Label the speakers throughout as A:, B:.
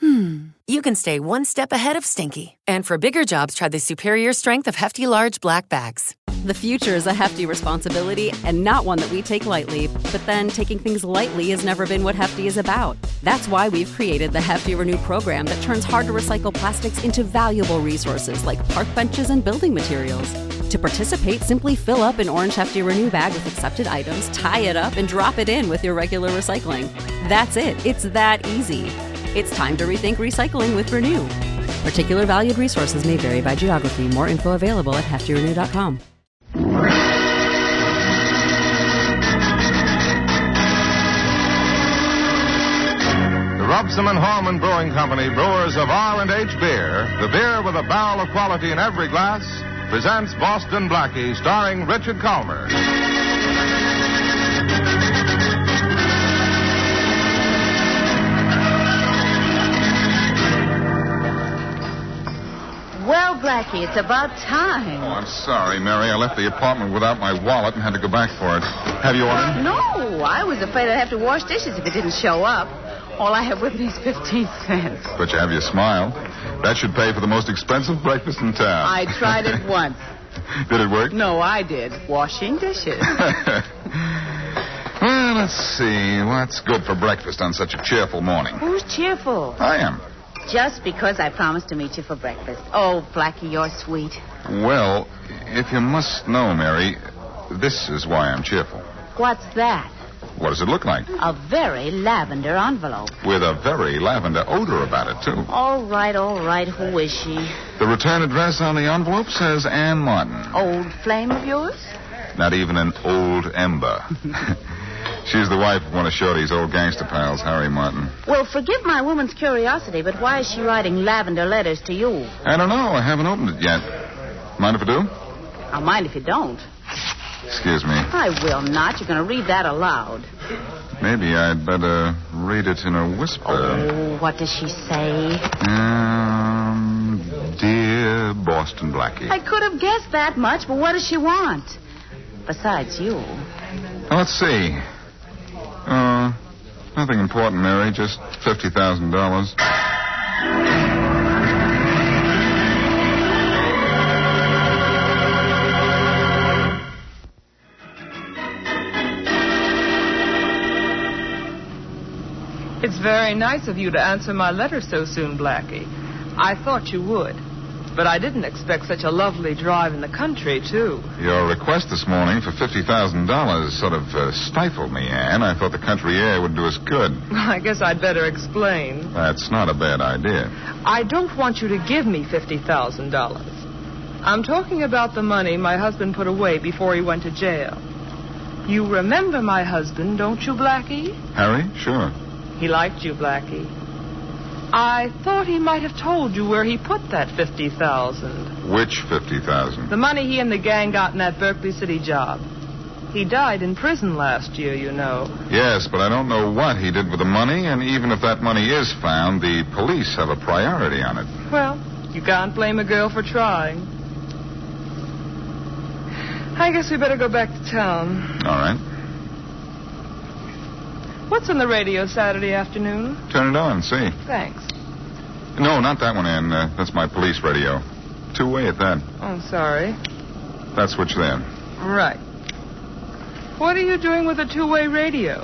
A: hmm, you can stay one step ahead of stinky. And for bigger jobs, try the superior strength of Hefty Large Black Bags.
B: The future is a hefty responsibility and not one that we take lightly, but then taking things lightly has never been what Hefty is about. That's why we've created the Hefty Renew program that turns hard to recycle plastics into valuable resources like park benches and building materials. To participate, simply fill up an orange Hefty Renew bag with accepted items, tie it up, and drop it in with your regular recycling. That's it, it's that easy. It's time to rethink recycling with Renew. Particular valued resources may vary by geography. More info available at heftyrenew.com.
C: The Robson and Hallman Brewing Company, brewers of R&H beer, the beer with a barrel of quality in every glass, presents Boston Blackie starring Richard Calmer.
D: Well, Blackie, it's about
C: Oh,
D: time.
C: I'm sorry, Mary. I left the apartment without my wallet and had to go back for it. Have you one?
D: No, I was afraid I'd have to wash dishes if it didn't show up. All I have with me is 15 cents.
C: But you have your smile. That should pay for the most expensive breakfast in town.
D: I tried it once.
C: Did it work?
D: No, I did. Washing dishes.
C: well, let's see. What's good for breakfast on such a cheerful morning?
D: Who's cheerful?
C: I am.
D: Just because I promised to meet you for breakfast. Oh, Blackie, you're sweet.
C: Well, if you must know, Mary, this is why I'm cheerful.
D: What's that?
C: What does it look like?
D: A very lavender envelope.
C: With a very lavender odor about it, too.
D: All right, all right. Who is she?
C: The return address on the envelope says Ann Martin.
D: Old flame of yours?
C: Not even an old ember. She's the wife of one of Shorty's old gangster pals, Harry Martin.
D: Well, forgive my woman's curiosity, but why is she writing lavender letters to you?
C: I don't know. I haven't opened it yet. Mind if I do?
D: I'll mind if you don't.
C: Excuse me.
D: I will not. You're going to read that aloud.
C: Maybe I'd better read it in a whisper.
D: Oh, what does she say?
C: Um, dear Boston Blackie.
D: I could have guessed that much, but what does she want? Besides you.
C: Now, Let's see. Uh, nothing important, Mary. Just fifty thousand dollars.
E: It's very nice of you to answer my letter so soon, Blackie. I thought you would. But I didn't expect such a lovely drive in the country, too.
C: Your request this morning for fifty thousand dollars sort of uh, stifled me, Anne. I thought the country air would do us good.
E: I guess I'd better explain.
C: That's not a bad idea.
E: I don't want you to give me $50,000. I'm talking about the money my husband put away before he went to jail. You remember my husband, don't you, Blackie?
C: Harry, sure.
E: He liked you, Blackie. I thought he might have told you where he put that 50000
C: Which fifty thousand?
E: The money he and the gang got in that Berkeley City job. He died in prison last year, you know.
C: Yes, but I don't know what he did with the money, and even if that money is found, the police have a priority on it.
E: Well, you can't blame a girl for trying. I guess we better go back to town.
C: All right,
E: What's on the radio Saturday afternoon?
C: turn it on, see.
E: Thanks.
C: No, not that one, Anne. Uh, that's my police radio. Two way at that.
E: I'm sorry.
C: That's switch there.
E: Right. What are you doing with a two way radio?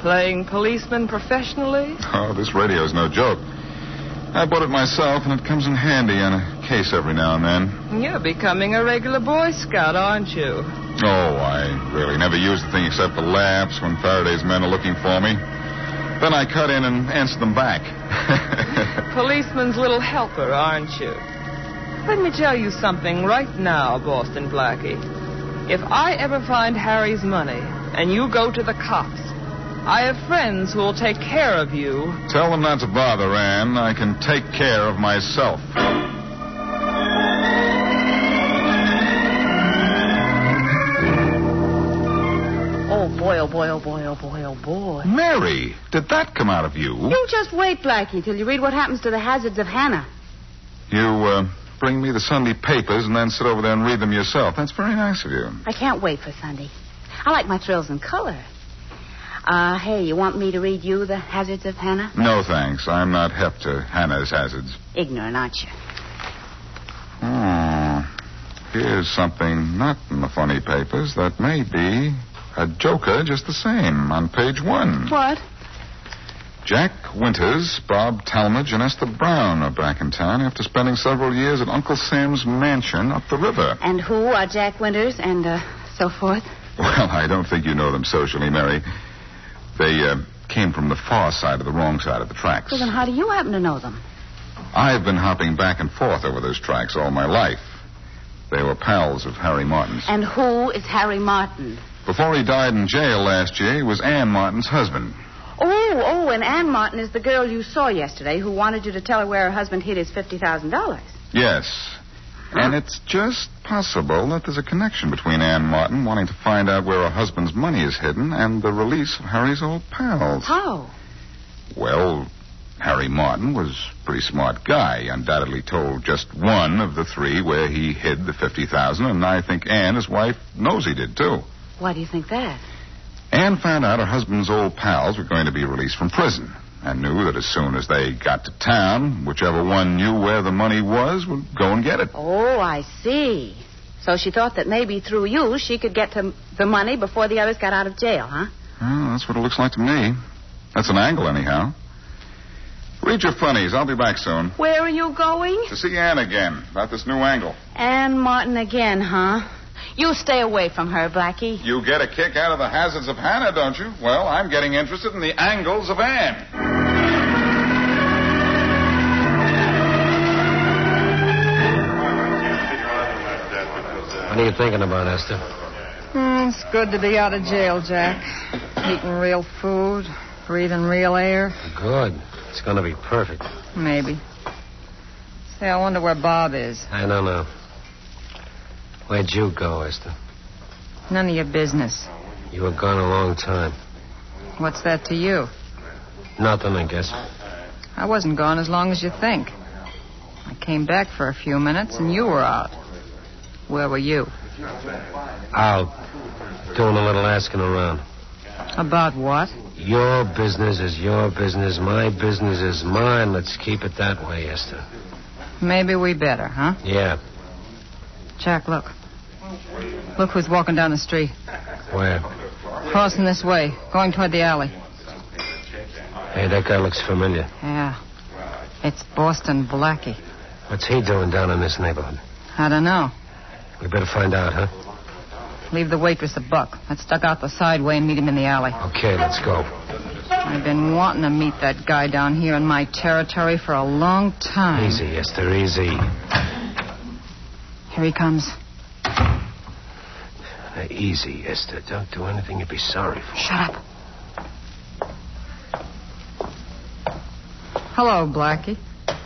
E: Playing policeman professionally?
C: Oh, this radio's no joke. I bought it myself, and it comes in handy on a case every now and then.
E: You're becoming a regular Boy Scout, aren't you?
C: Oh, I really never use the thing except for laps when Faraday's men are looking for me. Then I cut in and answer them back.
E: policeman's little helper, aren't you? Let me tell you something right now, Boston Blackie. If I ever find Harry's money and you go to the cops, I have friends who will take care of you.
C: Tell them not to bother, Anne. I can take care of myself.
D: oh boy, oh boy, oh boy, oh boy.
C: Mary, did that come out of you?
D: You just wait, Blackie, till you read what happens to the hazards of Hannah.
C: You uh, bring me the Sunday papers and then sit over there and read them yourself. That's very nice of you.
D: I can't wait for Sunday. I like my thrills in color. Uh, hey, you want me to read you the hazards of Hannah?
C: No, thanks. I'm not hep to Hannah's hazards.
D: Ignorant, aren't you?
C: Hmm. Here's something not in the funny papers that may be a joker just the same on page one.
D: What?
C: Jack Winters, Bob Talmadge, and Esther Brown are back in town after spending several years at Uncle Sam's mansion up the river.
D: And who are Jack Winters and uh, so forth?
C: Well, I don't think you know them socially, Mary. They uh, came from the far side of the wrong side of the tracks.
D: Well, then how do you happen to know them?
C: I've been hopping back and forth over those tracks all my life. They were pals of Harry Martin's.
D: And who is Harry Martin?
C: Before he died in jail last year, he was Ann Martin's husband.
D: Oh, oh, and Ann Martin is the girl you saw yesterday who wanted you to tell her where her husband hid his $50,000.
C: Yes. And it's just possible that there's a connection between Ann Martin wanting to find out where her husband's money is hidden and the release of Harry's old pals.
F: Oh.
D: How?
C: Well, Harry Martin was a pretty smart guy. He undoubtedly told just one of the three where he hid the 50000 and I think Ann, his wife, knows he did, too.
D: Why do you think that?
C: Anne found out her husband's old pals were going to be released from prison and knew that as soon as they got to town, whichever one knew where the money was would go and get it.
D: Oh, I see. So she thought that maybe through you she could get to the money before the others got out of jail, huh?
C: Well, that's what it looks like to me. That's an angle, anyhow. Read your funnies. I'll be back soon.
D: Where are you going?
C: To see Anne again about this new angle.
D: Ann Martin again, huh? You stay away from her, Blackie.
C: You get a kick out of the hazards of Hannah, don't you? Well, I'm getting interested in the angles of Anne.
G: What are you thinking about, Esther?
H: Mm, it's good to be out of jail, Jack. Eating real food, breathing real air.
G: Good. It's going to be perfect.
H: Maybe. Say, I wonder where Bob is.
G: I don't know. Where'd you go, Esther?
H: None of your business.
G: You were gone a long time.
H: What's that to you?
G: Nothing, I guess.
H: I wasn't gone as long as you think. I came back for a few minutes and you were out. Where were you?
G: Out. Doing a little asking around.
H: About what?
G: Your business is your business. My business is mine. Let's keep it that way, Esther.
H: Maybe we better, huh?
G: Yeah.
H: Jack, look. Look who's walking down the street.
G: Where?
H: Crossing this way, going toward the alley.
G: Hey, that guy looks familiar.
H: Yeah. It's Boston Blackie.
G: What's he doing down in this neighborhood?
H: I don't know.
G: We better find out, huh?
H: Leave the waitress a buck. Let's duck out the side way and meet him in the alley.
G: Okay, let's go.
H: I've been wanting to meet that guy down here in my territory for a long time.
G: Easy, Esther, easy.
H: Here he comes.
G: Uh, easy, Esther. Don't do anything you'd be sorry for.
H: Shut up. Hello, Blackie.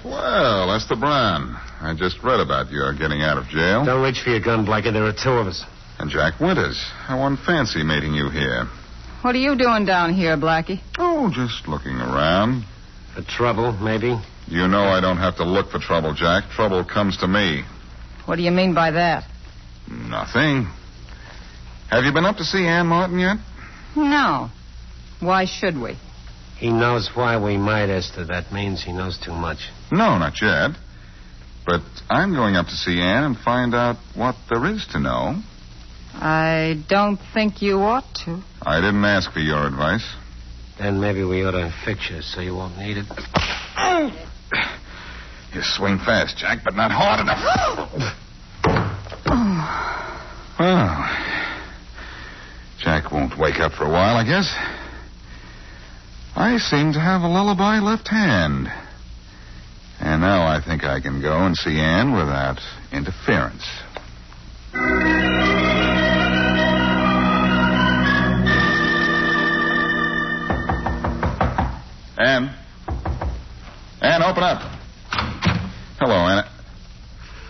C: Well, Esther Brown, I just read about your getting out of jail.
G: Don't reach for your gun, Blackie. There are two of us.
C: And Jack Winters. How unfancy meeting you here.
H: What are you doing down here, Blackie?
C: Oh, just looking around.
G: For trouble, maybe?
C: You know I don't have to look for trouble, Jack. Trouble comes to me.
H: What do you mean by that?
C: Nothing. Have you been up to see Ann Martin yet?
H: No. Why should we?
G: He knows why we might, Esther. That means he knows too much.
C: No, not yet. But I'm going up to see Ann and find out what there is to know.
H: I don't think you ought to.
C: I didn't ask for your advice.
G: Then maybe we ought to fix you so you won't need it.
C: You swing fast, Jack, but not hard enough. well, Jack won't wake up for a while, I guess. I seem to have a lullaby left hand. And now I think I can go and see Anne without interference. Anne? Anne, open up. Hello, Anne.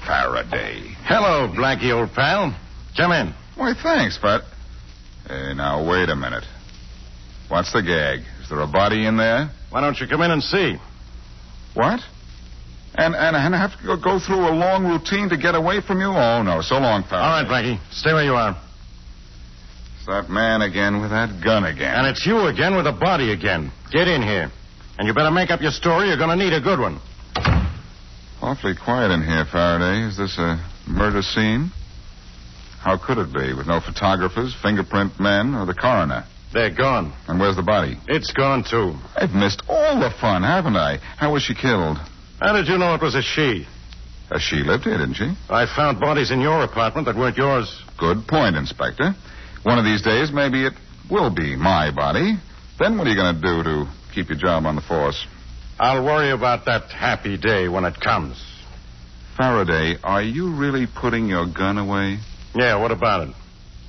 C: Faraday.
I: Hello, Blackie, old pal. Come in.
C: Why, thanks, but. Hey, eh, now, wait a minute. What's the gag? Is there a body in there?
I: Why don't you come in and see?
C: What? And and, and I have to go, go through a long routine to get away from you? Oh no, so long, pal.
I: All right, Blackie. Stay where you are.
C: It's that man again with that gun again.
I: And it's you again with a body again. Get in here. And you better make up your story. You're going to need a good one.
C: awfully quiet in here, Faraday. Is this a murder scene? How could it be with no photographers, fingerprint men, or the coroner?
I: They're gone.
C: And where's the body?
I: It's gone, too.
C: I've missed all the fun, haven't I? How was she killed?
I: How did you know it was a she?
C: Uh, she lived here, didn't she?
I: I found bodies in your apartment that weren't yours.
C: Good point, Inspector. One of these days, maybe it will be my body. Then what are you going to do to keep your job on the force?
I: I'll worry about that happy day when it comes.
C: Faraday, are you really putting your gun away?
I: Yeah, what about it?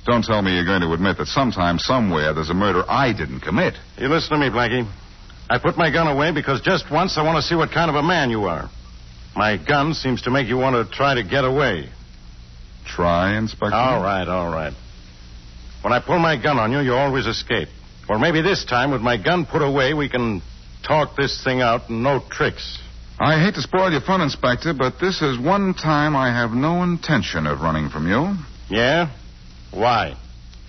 C: Don't tell me you're going to admit that sometime, somewhere, there's a murder I didn't commit.
I: You listen to me, Blackie. I put my gun away because just once I want to see what kind of a man you are. My gun seems to make you want to try to get away.
C: Try, Inspector.
I: All right, all right. When I pull my gun on you, you always escape. Or maybe this time, with my gun put away, we can talk this thing out and no tricks.
C: I hate to spoil your fun, Inspector, but this is one time I have no intention of running from you.
I: Yeah? Why?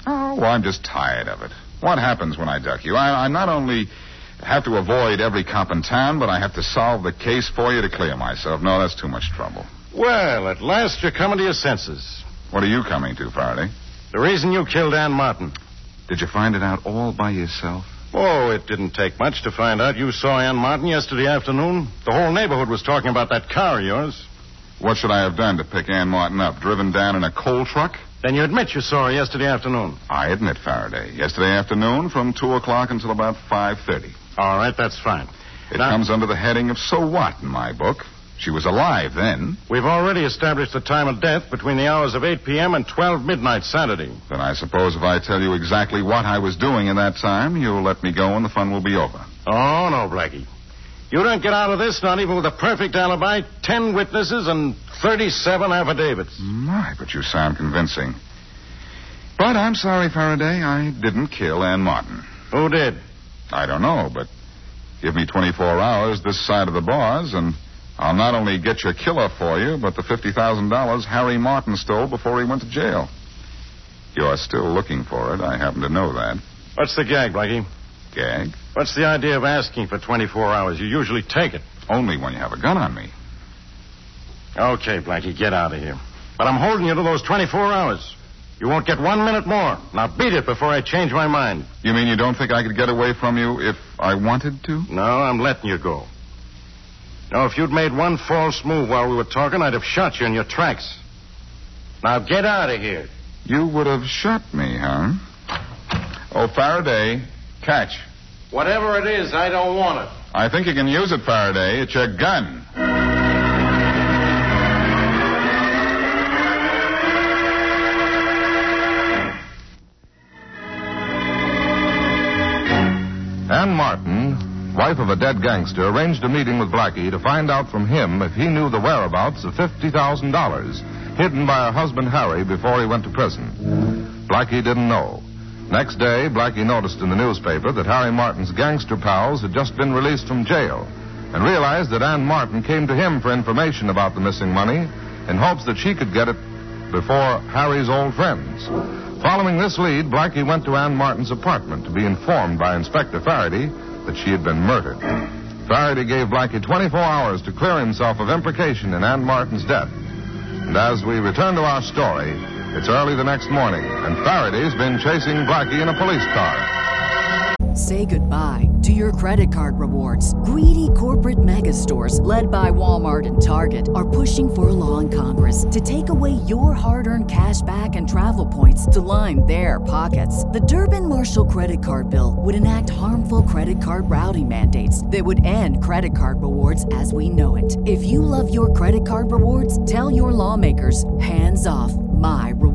C: Oh, well, I'm just tired of it. What happens when I duck you? I, I not only have to avoid every cop in town, but I have to solve the case for you to clear myself. No, that's too much trouble.
I: Well, at last you're coming to your senses.
C: What are you coming to, Faraday?
I: The reason you killed Ann Martin.
C: Did you find it out all by yourself?
I: Oh, it didn't take much to find out. You saw Ann Martin yesterday afternoon. The whole neighborhood was talking about that car of yours.
C: What should I have done to pick Ann Martin up? Driven down in a coal truck?
I: Then you admit you saw her yesterday afternoon.
C: I admit, Faraday. Yesterday afternoon, from two o'clock until about five thirty.
I: All right, that's fine.
C: It
I: Now-
C: comes under the heading of so what in my book. She was alive then.
I: We've already established the time of death between the hours of 8 p.m. and 12 midnight Saturday.
C: Then I suppose if I tell you exactly what I was doing in that time, you'll let me go and the fun will be over.
I: Oh, no, Blackie. You don't get out of this, not even with a perfect alibi, 10 witnesses, and 37 affidavits.
C: My, but you sound convincing. But I'm sorry, Faraday. I didn't kill Ann Martin.
I: Who did?
C: I don't know, but give me 24 hours this side of the bars, and I'll not only get your killer for you, but the $50,000 Harry Martin stole before he went to jail. You're still looking for it. I happen to know that.
I: What's the gag, Blackie?
C: Gag?
I: What's the idea of asking for 24 hours? You usually take it.
C: Only when you have a gun on me.
I: Okay, Blackie, get out of here. But I'm holding you to those 24 hours. You won't get one minute more. Now beat it before I change my mind.
C: You mean you don't think I could get away from you if I wanted to?
I: No, I'm letting you go. Now, if you'd made one false move while we were talking, I'd have shot you in your tracks. Now get out of here.
C: You would have shot me, huh? Oh, Faraday, catch.
I: Whatever it is, I don't want it.
C: I think you can use it, Faraday. It's your gun.
J: Ann Martin, wife of a dead gangster, arranged a meeting with Blackie to find out from him if he knew the whereabouts of $50,000 hidden by her husband Harry before he went to prison. Blackie didn't know. Next day, Blackie noticed in the newspaper that Harry Martin's gangster pals had just been released from jail and realized that Ann Martin came to him for information about the missing money in hopes that she could get it before Harry's old friends. Following this lead, Blackie went to Ann Martin's apartment to be informed by Inspector Faraday that she had been murdered. Faraday gave Blackie 24 hours to clear himself of implication in Ann Martin's death. And as we return to our story, it's early the next morning, and Faraday's been chasing Blackie in a police car.
K: Say goodbye to your credit card rewards. Greedy corporate mega stores, led by Walmart and Target, are pushing for a law in Congress to take away your hard earned cash back and travel points to line their pockets. The Durbin Marshall credit card bill would enact harmful credit card routing mandates that would end credit card rewards as we know it. If you love your credit card rewards, tell your lawmakers hands off my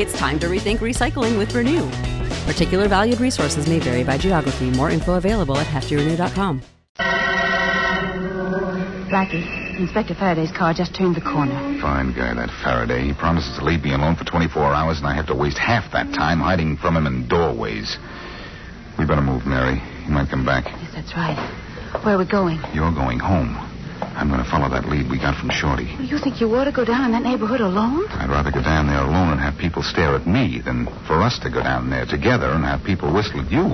B: It's time to rethink recycling with Renew. Particular valued resources may vary by geography. More info available at heftyrenew.com.
D: Blackie, Inspector Faraday's car just turned the corner.
C: Fine guy, that Faraday. He promises to leave me alone for 24 hours, and I have to waste half that time hiding from him in doorways. We better move, Mary. He might come back.
D: Yes, that's right. Where are we going?
C: You're going home. I'm going to follow that lead we got from Shorty.
D: You think you ought to go down in that neighborhood alone?
C: I'd rather go down there alone and have people stare at me than for us to go down there together and have people whistle at you.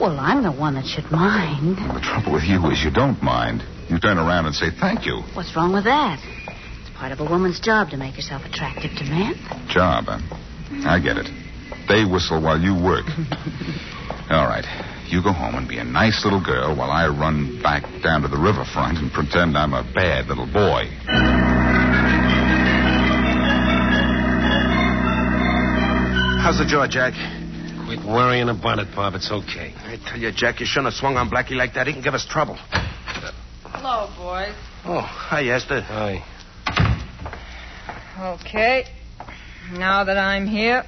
D: Well, I'm the one that should mind.
C: The trouble with you is you don't mind. You turn around and say thank you.
D: What's wrong with that? It's part of a woman's job to make herself attractive to men.
C: Job. huh? I get it. They whistle while you work. All right. You go home and be a nice little girl while I run back down to the riverfront and pretend I'm a bad little boy.
L: How's the jaw, Jack?
G: Quit worrying about it, Bob. It's okay.
L: I tell you, Jack, you shouldn't have swung on Blackie like that. He can give us trouble.
E: Hello, boys.
L: Oh, hi, Esther. Hi.
H: Okay. Now that I'm here,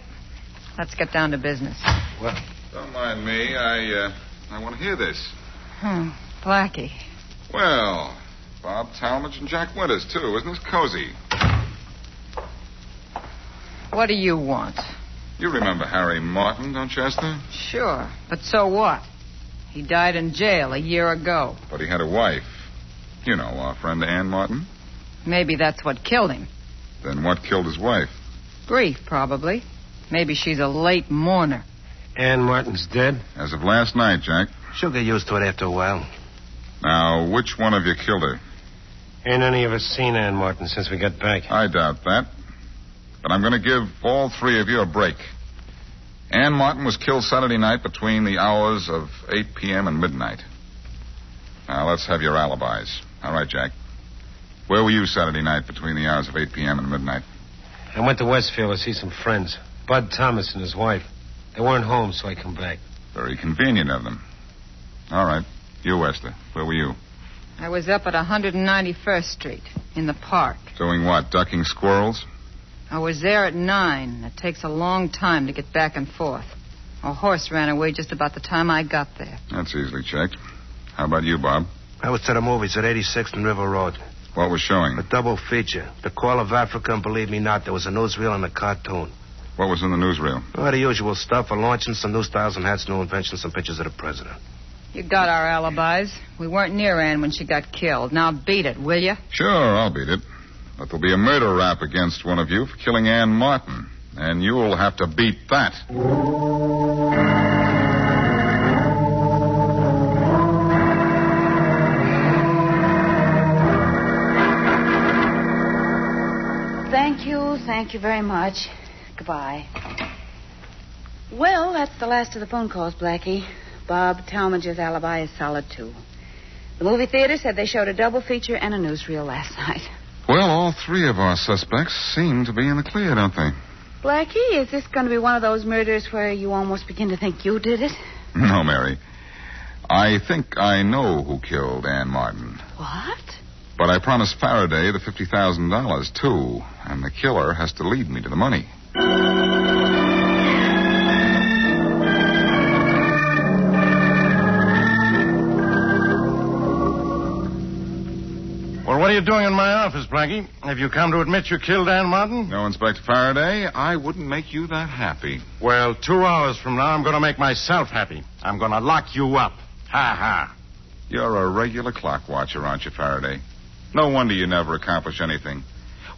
H: let's get down to business.
C: Well, don't mind me. I uh, I want to hear this.
H: Hmm. Blackie.
C: Well, Bob Talmadge and Jack Winters too. Isn't this cozy?
H: What do you want?
C: You remember Harry Martin, don't you, Esther?
H: Sure. But so what? He died in jail a year ago.
C: But he had a wife. You know, our friend Ann Martin.
H: Maybe that's what killed him.
C: Then what killed his wife?
H: Grief, probably. Maybe she's a late mourner.
G: Ann Martin's dead?
C: As of last night, Jack.
G: She'll get used to it after a while.
C: Now, which one of you killed her?
G: Ain't any of us seen Ann Martin since we got back.
C: I doubt that. But I'm going to give all three of you a break. Ann Martin was killed Saturday night between the hours of 8 p.m. and midnight. Now, let's have your alibis. All right, Jack. Where were you Saturday night between the hours of 8 p.m. and midnight?
G: I went to Westfield to see some friends. Bud Thomas and his wife. They weren't home, so I come back.
C: Very convenient of them. All right. You, Esther. Where were you?
H: I was up at 191st Street in the park.
C: Doing what? Ducking squirrels?
H: I was there at nine. It takes a long time to get back and forth. A horse ran away just about the time I got there.
C: That's easily checked. How about you, Bob?
L: I was to the movies at 86th and River Road.
C: What was showing?
L: A double feature. The Call of Africa and Believe Me Not. There was a newsreel and a cartoon.
C: What was in the newsreel?
L: All the usual stuff. A launching, some new styles and hats, new inventions, some pictures of the president.
H: You got our alibis. We weren't near Ann when she got killed. Now beat it, will you?
C: Sure, I'll beat it. But there'll be a murder rap against one of you for killing Ann Martin. And you'll have to beat that.
D: Thank you, thank you very much. Goodbye. Well, that's the last of the phone calls, Blackie. Bob Talmadge's alibi is solid, too. The movie theater said they showed a double feature and a newsreel last night.
C: Well, all three of our suspects seem to be in the clear, don't they?
D: Blackie, is this going to be one of those murders where you almost begin to think you did it?
C: No, Mary. I think I know who killed Ann Martin.
D: What?
C: But I promised Faraday the $50,000, too. And the killer has to lead me to the money.
I: Well, what are you doing in my office, Blackie? Have you come to admit you killed Ann Martin?
C: No, Inspector Faraday, I wouldn't make you that happy.
I: Well, two hours from now, I'm going to make myself happy. I'm going to lock you up. Ha ha.
C: You're a regular clock watcher, aren't you, Faraday? No wonder you never accomplish anything.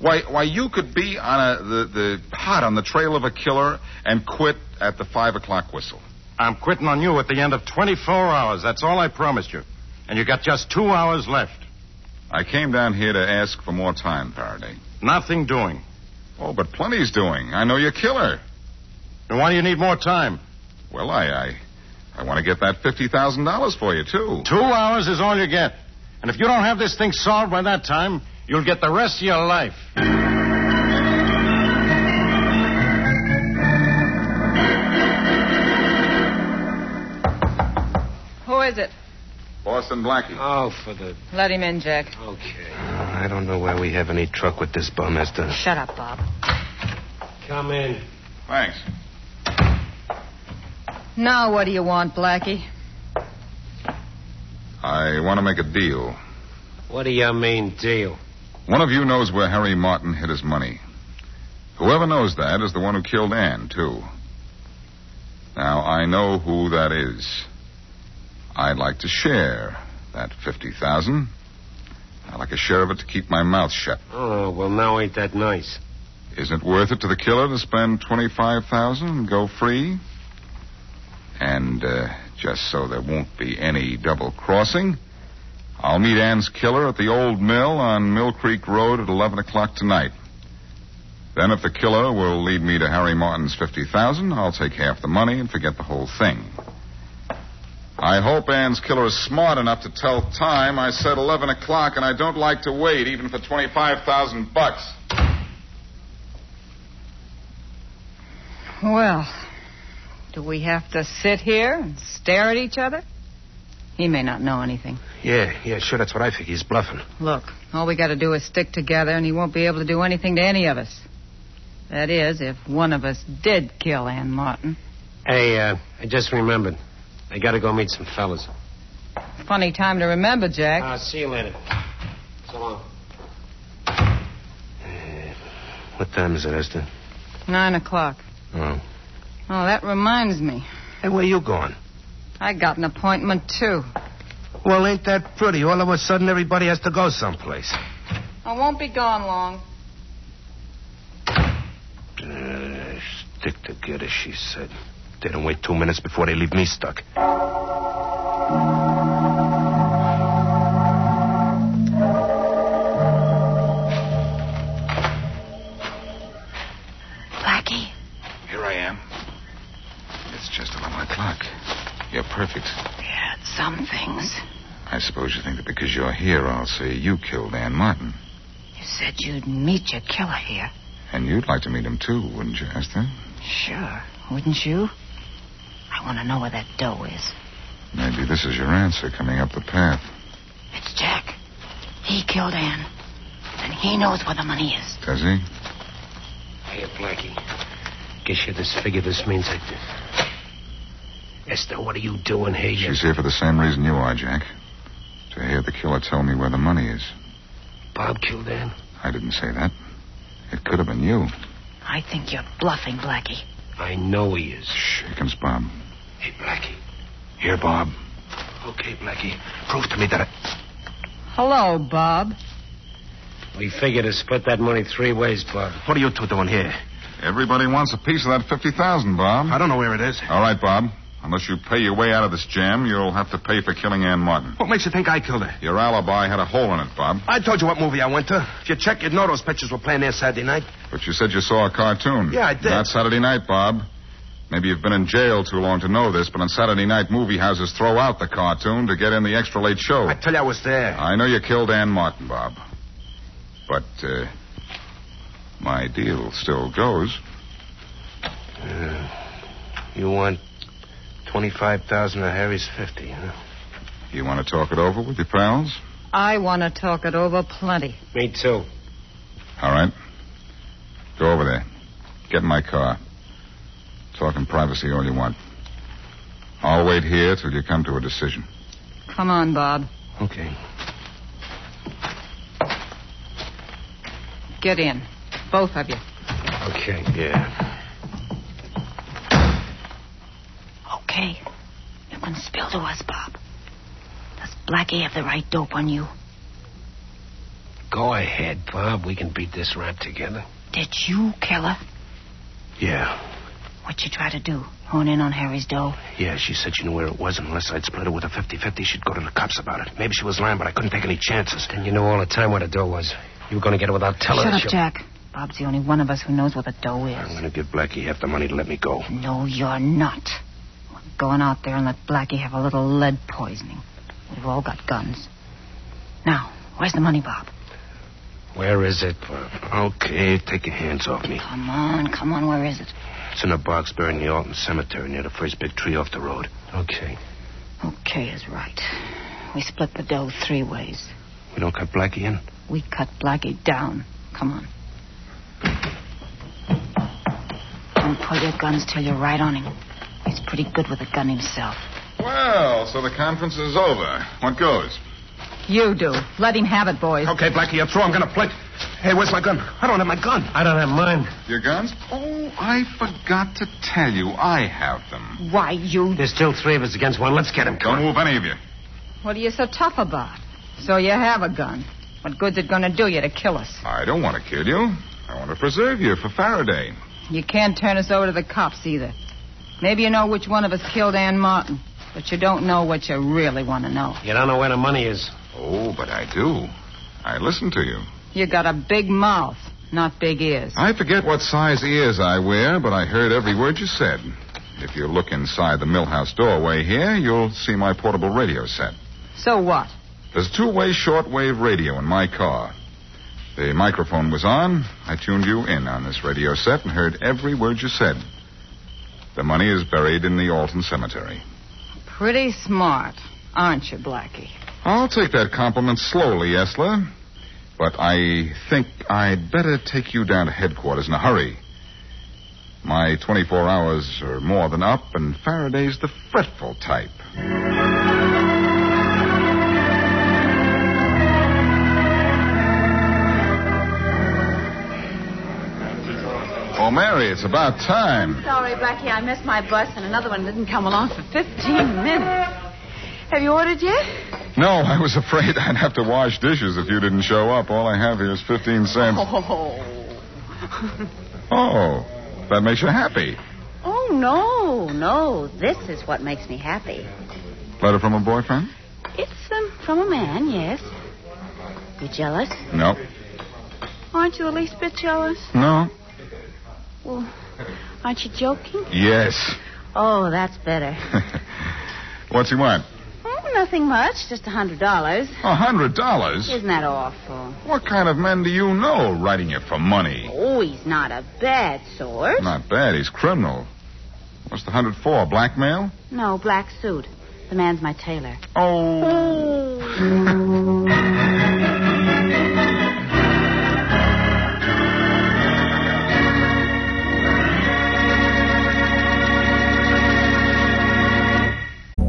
C: Why, why you could be on a, the, the hot on the trail of a killer and quit at the five o'clock whistle.
I: I'm quitting on you at the end of 24 hours. That's all I promised you. And you got just two hours left.
C: I came down here to ask for more time, Faraday.
I: Nothing doing.
C: Oh, but plenty's doing. I know your killer.
I: And why do you need more time?
C: Well, I, I, I want to get that $50,000 for you, too.
I: Two hours is all you get. And if you don't have this thing solved by that time, you'll get the rest of your life.
H: Who is it?
C: Boston Blackie.
L: Oh, for the.
H: Let him in, Jack.
L: Oh. I don't know why we have any truck with this bum, Esther.
H: Shut up, Bob.
L: Come in.
C: Thanks.
H: Now what do you want, Blackie?
C: I want to make a deal.
L: What do you mean, deal?
C: One of you knows where Harry Martin hid his money. Whoever knows that is the one who killed Ann, too. Now, I know who that is. I'd like to share that 50000 I'd like a share of it to keep my mouth shut.
L: Oh, well, now ain't that nice.
C: Isn't it worth it to the killer to spend 25000 and go free? And uh, just so there won't be any double crossing, I'll meet Ann's killer at the old mill on Mill Creek Road at 11 o'clock tonight. Then, if the killer will lead me to Harry Martin's 50000 I'll take half the money and forget the whole thing. I hope Ann's killer is smart enough to tell time. I said 11 o'clock, and I don't like to wait, even for 25,000 bucks.
H: Well, do we have to sit here and stare at each other? He may not know anything.
L: Yeah, yeah, sure, that's what I think. He's bluffing.
H: Look, all we got to do is stick together, and he won't be able to do anything to any of us. That is, if one of us did kill Ann Martin.
L: Hey, uh, I just remembered. I gotta go meet some fellas.
H: Funny time to remember, Jack.
L: I'll see you later. So long. What time is it, Esther?
H: Nine o'clock.
L: Oh.
H: Oh, that reminds me.
L: Hey, where you going?
H: I got an appointment, too.
L: Well, ain't that pretty? All of a sudden, everybody has to go someplace.
H: I won't be gone long.
L: Uh, stick together, she said. They don't wait two minutes before they leave me stuck.
F: Blackie,
C: Here I am. It's just 11 o'clock. You're perfect.
F: at some things.
C: I suppose you think that because you're here, I'll say you killed Ann Martin.
F: You said you'd meet your killer here.
C: And you'd like to meet him, too, wouldn't you, Esther?
F: Sure, wouldn't you? I want to know where that dough is.
C: Maybe this is your answer coming up the path.
F: It's Jack. He killed Ann. And he knows where the money is.
C: Does he?
L: Here, Blackie. Guess you this figure this means I did. Esther, what are you doing here? you-
C: She's here for the same reason you are, Jack. To hear the killer tell me where the money is.
L: Bob killed Ann.
C: I didn't say that. It could have been you.
F: I think you're bluffing, Blackie.
L: I know he is.
C: Chickens, Bob.
L: Hey, Blackie.
C: Here, Bob.
L: Okay, Blackie. Prove to me that I...
H: Hello, Bob.
L: We figure to split that money three ways, Bob. What are you two doing here?
C: Everybody wants a piece of that 50000 Bob.
L: I don't know where it is.
C: All right, Bob. Unless you pay your way out of this jam, you'll have to pay for killing Ann Martin.
L: What makes you think I killed her?
C: Your alibi had a hole in it, Bob.
L: I told you what movie I went to. If you check, you'd know those pictures were playing there Saturday night.
C: But you said you saw a cartoon.
L: Yeah, I did.
C: Not Saturday night, Bob. Maybe you've been in jail too long to know this, but on Saturday night, movie houses throw out the cartoon to get in the extra late show.
L: I tell you I was there.
C: I know you killed Ann Martin, Bob. But, uh, my deal still goes.
L: Uh, You want 25000 or Harry's 50 huh?
C: You want to talk it over with your pals?
H: I want to talk it over plenty.
L: Me too.
C: All right. Go over there. Get in my car. Talk in privacy all you want. I'll wait here till you come to a decision.
H: Come on, Bob.
L: Okay.
H: Get in. Both of you.
L: Okay, yeah.
F: Okay. You can spill to us, Bob. Does Blackie have the right dope on you?
L: Go ahead, Bob. We can beat this rap together.
F: Did you kill her?
L: Yeah.
F: What'd you try to do? Hone in on Harry's dough?
L: Yeah, she said she knew where it was, and unless I'd split her with a 50 50, she'd go to the cops about it. Maybe she was lying, but I couldn't take any chances. And you knew all the time where the door was. You were going to get her without telling
F: Shut
L: her.
F: up, Jack. Bob's the only one of us who knows where the dough is.
L: I'm going to give Blackie half the money to let me go.
F: No, you're not. We're
H: going out there and let Blackie have a little lead poisoning. We've all got guns. Now, where's the money, Bob?
L: Where is it? Okay, take your hands off me.
H: Come on, come on, where is it?
L: It's in a box buried in the Alton Cemetery near the first big tree off the road. Okay.
H: Okay is right. We split the dough three ways.
L: We don't cut Blackie in?
H: We cut Blackie down. Come on. Don't pull your guns till you're right on him. He's pretty good with a gun himself.
C: Well, so the conference is over. What goes?
H: You do. Let him have it, boys.
L: Okay, Blackie, you're through. I'm gonna play. Hey, where's my gun? I don't have my gun. I don't have mine.
C: Your guns? Oh, I forgot to tell you. I have them.
H: Why, you.
L: There's still three of us against one. Let's get him.
C: Don't move any of you.
H: What are you so tough about? So you have a gun. What good's it gonna do you to kill us?
C: I don't want to kill you. I want to preserve you for Faraday.
H: You can't turn us over to the cops either. Maybe you know which one of us killed Ann Martin, but you don't know what you really want to know.
L: You don't know where the money is.
C: Oh, but I do. I listen to you.
H: You got a big mouth, not big ears.
C: I forget what size ears I wear, but I heard every word you said. If you look inside the millhouse doorway here, you'll see my portable radio set.
H: So what?
C: There's a two-way shortwave radio in my car. The microphone was on. I tuned you in on this radio set and heard every word you said. The money is buried in the Alton Cemetery.
H: Pretty smart, aren't you, Blackie?
C: I'll take that compliment slowly, Esler. But I think I'd better take you down to headquarters in a hurry. My 24 hours are more than up, and Faraday's the fretful type. Oh, Mary, it's about time.
D: Sorry, Blackie, I missed my bus, and another one didn't come along for 15 minutes. Have you ordered yet?
C: No, I was afraid I'd have to wash dishes if you didn't show up. All I have here is 15 cents.
D: Oh.
C: Oh, that makes you happy.
D: oh, no, no. This is what makes me happy.
C: Letter from a boyfriend?
D: It's um, from a man, yes. You jealous?
C: No.
D: Aren't you at least a bit jealous?
C: No?
D: Well, aren't you joking?
C: Yes.
D: Oh, that's better.
C: What's he want?
D: Oh, nothing much, just a hundred dollars.
C: A hundred dollars?
D: Isn't that awful?
C: What kind of men do you know writing you for money?
D: Oh, he's not a bad sort.
C: Not bad. He's criminal. What's the hundred for? Blackmail?
D: No, black suit. The man's my tailor.
C: Oh.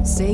K: Say